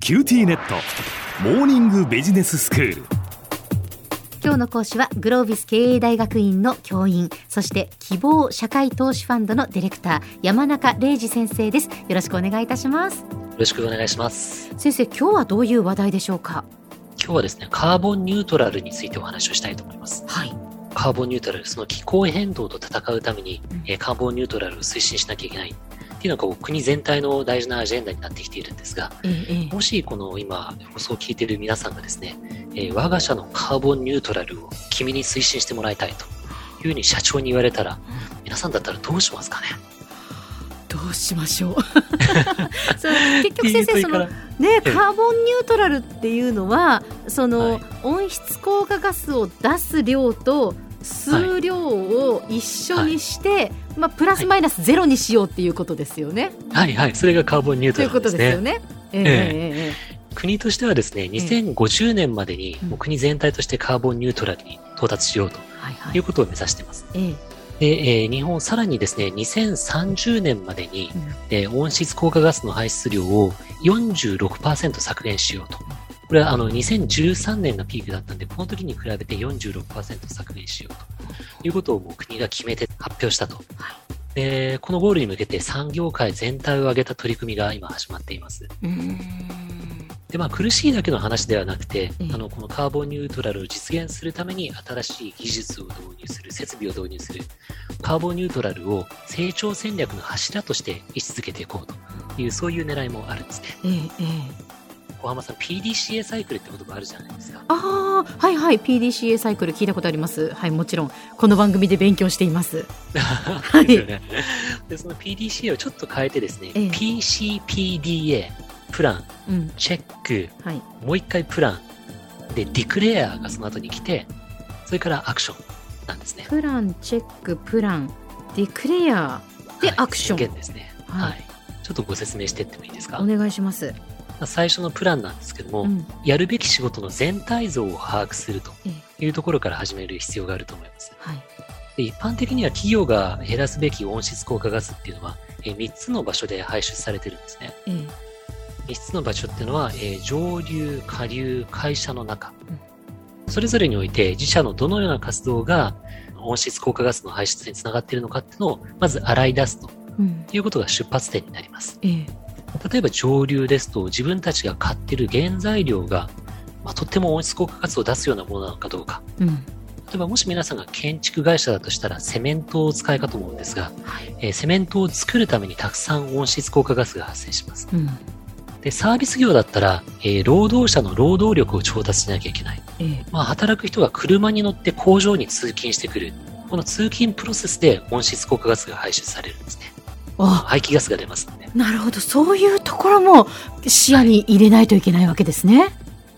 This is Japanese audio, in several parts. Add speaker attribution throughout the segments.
Speaker 1: キューティーネットモーニングビジネススクール
Speaker 2: 今日の講師はグロービス経営大学院の教員そして希望社会投資ファンドのディレクター山中玲二先生ですよろしくお願いいたします
Speaker 3: よろしくお願いします。
Speaker 2: 先生今日はどういう話題でしょうか
Speaker 3: 今日はですね、カーボンニュートラルについてお話をしたいと思います。
Speaker 2: はい
Speaker 3: カーボンニュートラル、その気候変動と戦うために、
Speaker 2: うん
Speaker 3: えーカーボンニュートラルを推進しなきゃいけないっていうのがこう国全体の大事なアジェンダになってきているんですが、
Speaker 2: ええ
Speaker 3: もしこの今放送を聞いている皆さんがですね、えー我が社のカーボンニュートラルを君に推進してもらいたいというふうに社長に言われたら、皆さんだったらどうしますかね
Speaker 2: どうしましょう そう結局先
Speaker 3: って
Speaker 2: 生そ
Speaker 3: いう問いか
Speaker 2: の
Speaker 3: ら
Speaker 2: ね
Speaker 3: ええ
Speaker 2: カーボンニュートラルっていうのはその、
Speaker 3: はい
Speaker 2: 温室効果ガスを出す量と数量を一緒にして、まあ、プラスマイナスゼロにしようっていうことですよね。
Speaker 3: はいはい、それがカーボンニュート
Speaker 2: とい
Speaker 3: ラ
Speaker 2: う
Speaker 3: ル
Speaker 2: こ
Speaker 3: なん
Speaker 2: と
Speaker 3: です
Speaker 2: ですよ
Speaker 3: ね。
Speaker 2: ね。え
Speaker 3: え
Speaker 2: え
Speaker 3: 国としてはですね、2050年までに
Speaker 2: うん
Speaker 3: もう国全体としてカーボンニュートラルに到達しようと
Speaker 2: はいはいい。
Speaker 3: うことを目指しています。
Speaker 2: ええ
Speaker 3: で、えー日本さらにですね、2030年までに、
Speaker 2: うん
Speaker 3: えー温室効果ガスの排出量を46%削減しようと。これはあの2013年がピークだったんで、この時に比べて46%削減しようということをもう国が決めて発表したと。でこのゴールに向けて産業界全体を挙げた取り組みが今始まっています。
Speaker 2: うーん
Speaker 3: でまあ、苦しいだけの話ではなくて、
Speaker 2: うん
Speaker 3: あのこのカーボンニュートラルを実現するために新しい技術を導入する設備を導入するカーボンニュートラルを成長戦略の柱として位置づけていこうというそういう狙いもあるんですね
Speaker 2: ええええ
Speaker 3: 小浜さん PDCA サイクルって言葉あるじゃないですか
Speaker 2: ああはいはい PDCA サイクル聞いたことあります。はいもちろんこの番組で勉強しています。い
Speaker 3: ですよねでその PDCA をちょっと変えてですね、
Speaker 2: ええ
Speaker 3: PCPDA プラン
Speaker 2: うん
Speaker 3: チェック
Speaker 2: はい
Speaker 3: もう一回プランでディクレアがその後に来てそれからアクションなんですね
Speaker 2: プランチェックプランディクレアで、
Speaker 3: はい
Speaker 2: アクショ
Speaker 3: 宣
Speaker 2: ン
Speaker 3: 言ですね。
Speaker 2: はい
Speaker 3: はい。ちょっとご説明してってもいいですか、
Speaker 2: お願いします。
Speaker 3: まあ最初のプランなんですけども、
Speaker 2: うん
Speaker 3: やるべき仕事の全体像を把握すると
Speaker 2: ええ
Speaker 3: いうところから始める必要があると思います。
Speaker 2: はい
Speaker 3: で一般的には企業が減らすべき温室効果ガスっていうのは、え3つの場所で排出されてるんですね。
Speaker 2: ええ
Speaker 3: 3つの場所っていうのは、えー上流、下流、会社の中
Speaker 2: うん。
Speaker 3: それぞれにおいて自社のどのような活動が温室効果ガスの排出につながっているのかっていうのをまず洗い出すと
Speaker 2: うん
Speaker 3: いうことが出発点になります。
Speaker 2: ええ
Speaker 3: 例えば上流ですと自分たちが買ってる原材料が、まあ、とっても温室効果ガスを出すようなものなのかどうか
Speaker 2: うん
Speaker 3: 例えばもし皆さんが建築会社だとしたらセメントを使いかと思うんですが、えーセメントを作るためにたくさん温室効果ガスが発生します
Speaker 2: うん
Speaker 3: でサービス業だったら、えー労働者の労働力を調達しなきゃいけない、
Speaker 2: ええ
Speaker 3: まあ、働く人が車に乗って工場に通勤してくるこの通勤プロセスで温室効果ガスが排出されるんですね
Speaker 2: あ
Speaker 3: 排気ガスが出ますので
Speaker 2: なるほどそういうところも視野に入れないといけないわけですね。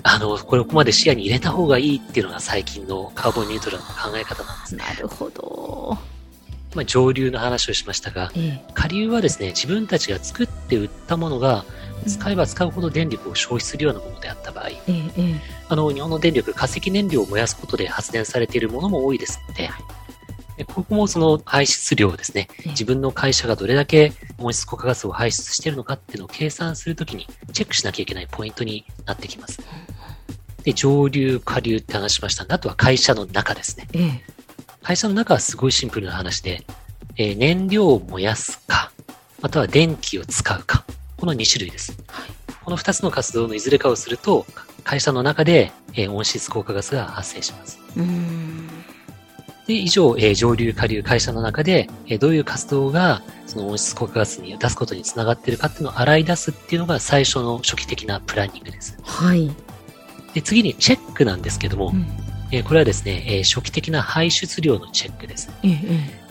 Speaker 3: あの、これここまで視野に入れた方がいいっていうのが最近のカーボンニュートラルの考え方なんですね。
Speaker 2: なるほど。
Speaker 3: まあ、上流の話をしましたが、
Speaker 2: ええ
Speaker 3: 下流はですね、自分たちが作って売ったものが、使えば使うほど電力を消費するようなものであった場合、
Speaker 2: ええええ
Speaker 3: あの、日本の電力、化石燃料を燃やすことで発電されているものも多いですので、でここもその排出量をですね、
Speaker 2: ええ
Speaker 3: 自分の会社がどれだけ温室効果ガスを排出しているのかっていうのを計算するときにチェックしなきゃいけないポイントになってきます。で、上流、下流って話しましたが、あとは会社の中ですね。
Speaker 2: ええ
Speaker 3: 会社の中はすごいシンプルな話で、えー燃料を燃やすか、または電気を使うか、この2種類です。この2つの活動のいずれかをすると、会社の中で、えー温室効果ガスが発生します。
Speaker 2: うーん
Speaker 3: で、以上、えー上流、下流、会社の中で、えーどういう活動が、その温室効果ガスに出すことにつながっているかっていうのを洗い出すっていうのが最初の初期的なプランニングです。
Speaker 2: はい。
Speaker 3: で、次にチェックなんですけども
Speaker 2: う、ん
Speaker 3: えーこれはですね、えー初期的な排出量のチェックです。
Speaker 2: えええ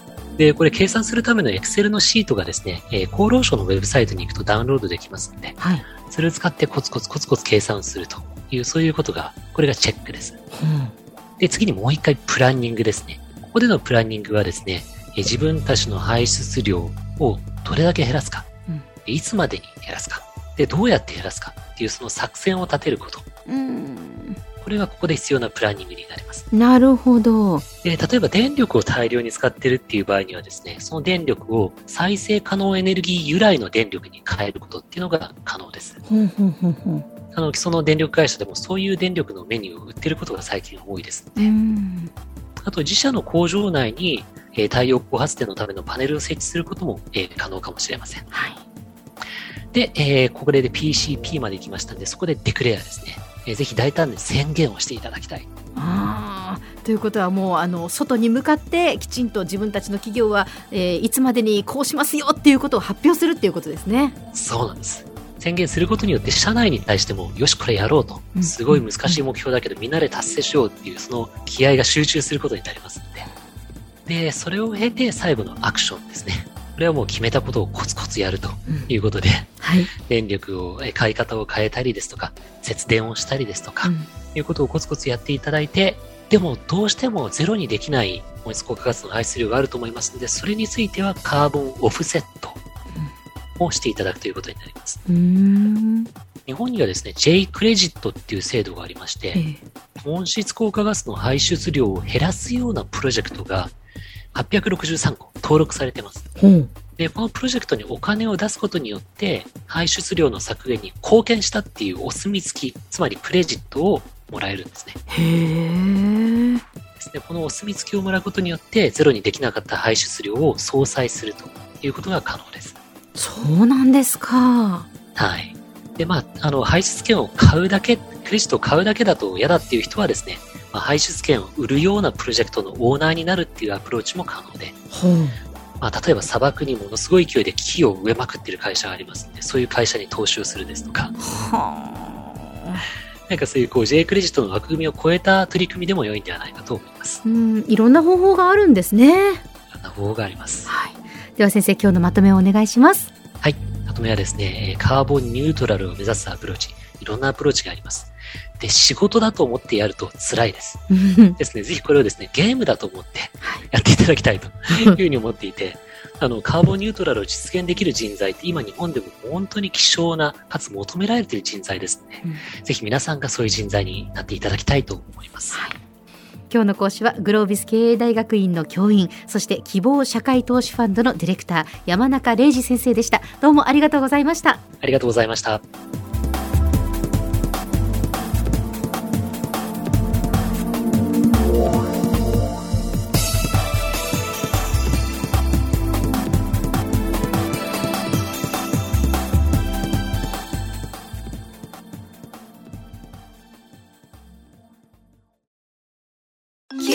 Speaker 3: で、これ計算するための Excel のシートがですね、えー厚労省のウェブサイトに行くとダウンロードできますので
Speaker 2: え、はい。
Speaker 3: それを使ってコツコツコツコツ計算をするという、そういうことが、これがチェックです。
Speaker 2: うん
Speaker 3: で、次にもう一回プランニングですね。ここでのプランニングはですね、えー自分たちの排出量をどれだけ減らすか、
Speaker 2: うん
Speaker 3: いつまでに減らすか、で、どうやって減らすかっていうその作戦を立てること。
Speaker 2: うーん
Speaker 3: これがここで必要なプランニングになります。
Speaker 2: なるほど。
Speaker 3: で例えば電力を大量に使ってるっていう場合にはですね、その電力を再生可能エネルギー由来の電力に変えることっていうのが可能です。
Speaker 2: ほんほんほんほん。
Speaker 3: あの、その電力会社でもそういう電力のメニューを売ってることが最近多いですね。
Speaker 2: うん
Speaker 3: あと、自社の工場内に、えー太陽光発電のためのパネルを設置することも、えー可能かもしれません。
Speaker 2: はい
Speaker 3: で、えーこれで PCP まで行きましたんで、そこでデクレアですね。えーぜひ大胆に宣言をしていただきたい。
Speaker 2: あーということはもうあの外に向かってきちんと自分たちの企業は、えーいつまでにこうしますよっていうことを発表するっていうことですね。
Speaker 3: そうなんです。宣言することによって、社内に対しても、よし、これやろうと
Speaker 2: う。ん
Speaker 3: すごい難しい目標だけど、みんなで達成しようっていう、その気合が集中することになりますので。で、それを経て、最後のアクションですね。これはもう決めたことをコツコツやるということで、
Speaker 2: はい、
Speaker 3: 電力を、え買い方を変えたりですとか、節電をしたりですとか、いうことをコツコツやっていただいて、でもどうしてもゼロにできない温室効果ガスの排出量があると思いますので、それについてはカーボンオフセットをしていただくということになります。
Speaker 2: うん
Speaker 3: 日本にはですね、J クレジットっていう制度がありまし
Speaker 2: え
Speaker 3: て、
Speaker 2: ー
Speaker 3: 温室効果ガスの排出量を減らすようなプロジェクトが863個登録されてます。
Speaker 2: ほう
Speaker 3: で、このプロジェクトにお金を出すことによって、排出量の削減に貢献したっていうお墨付き、つまりクレジットをもらえるんですね。
Speaker 2: へえ
Speaker 3: ですね、このお墨付きをもらうことによって、ゼロにできなかった排出量を相殺するということが可能です。
Speaker 2: そうなんですか。
Speaker 3: はい。で、まあ、あの、排出権を買うだけ、クレジットを買うだけだと嫌だっていう人はですね、まあ、排出権を売るようなプロジェクトのオーナーになるっていうアプローチも可能で、
Speaker 2: ほう
Speaker 3: まあ、例えば砂漠にものすごい勢いで木を植えまくってる会社がありますので、そういう会社に投資をするですとか、
Speaker 2: は
Speaker 3: なんかそういうこう J クレジットの枠組みを超えた取り組みでも良いんではないかと思います。
Speaker 2: うんいろんな方法があるんですね。
Speaker 3: あんな方法があります。
Speaker 2: はい、では先生今日のまとめをお願いします。
Speaker 3: まとめはですね、えーカーボンニュートラルを目指すアプローチ、いろんなアプローチがあります。で、仕事だと思ってやると辛いです。ですね、ぜひこれをですね、ゲームだと思って
Speaker 2: はい
Speaker 3: やっていただき たいというふうに思っていて、あの、カーボンニュートラルを実現できる人材って今日本でも本当に希少な、かつ求められている人材ですね。
Speaker 2: うん
Speaker 3: ぜひ皆さんがそういう人材になっていただきたいと思います。
Speaker 2: 今日の講師はグロービス経営大学院の教員そして希望社会投資ファンドのディレクター山中玲二先生でしたどうもありがとうございました
Speaker 3: ありがとうございました。
Speaker 4: キ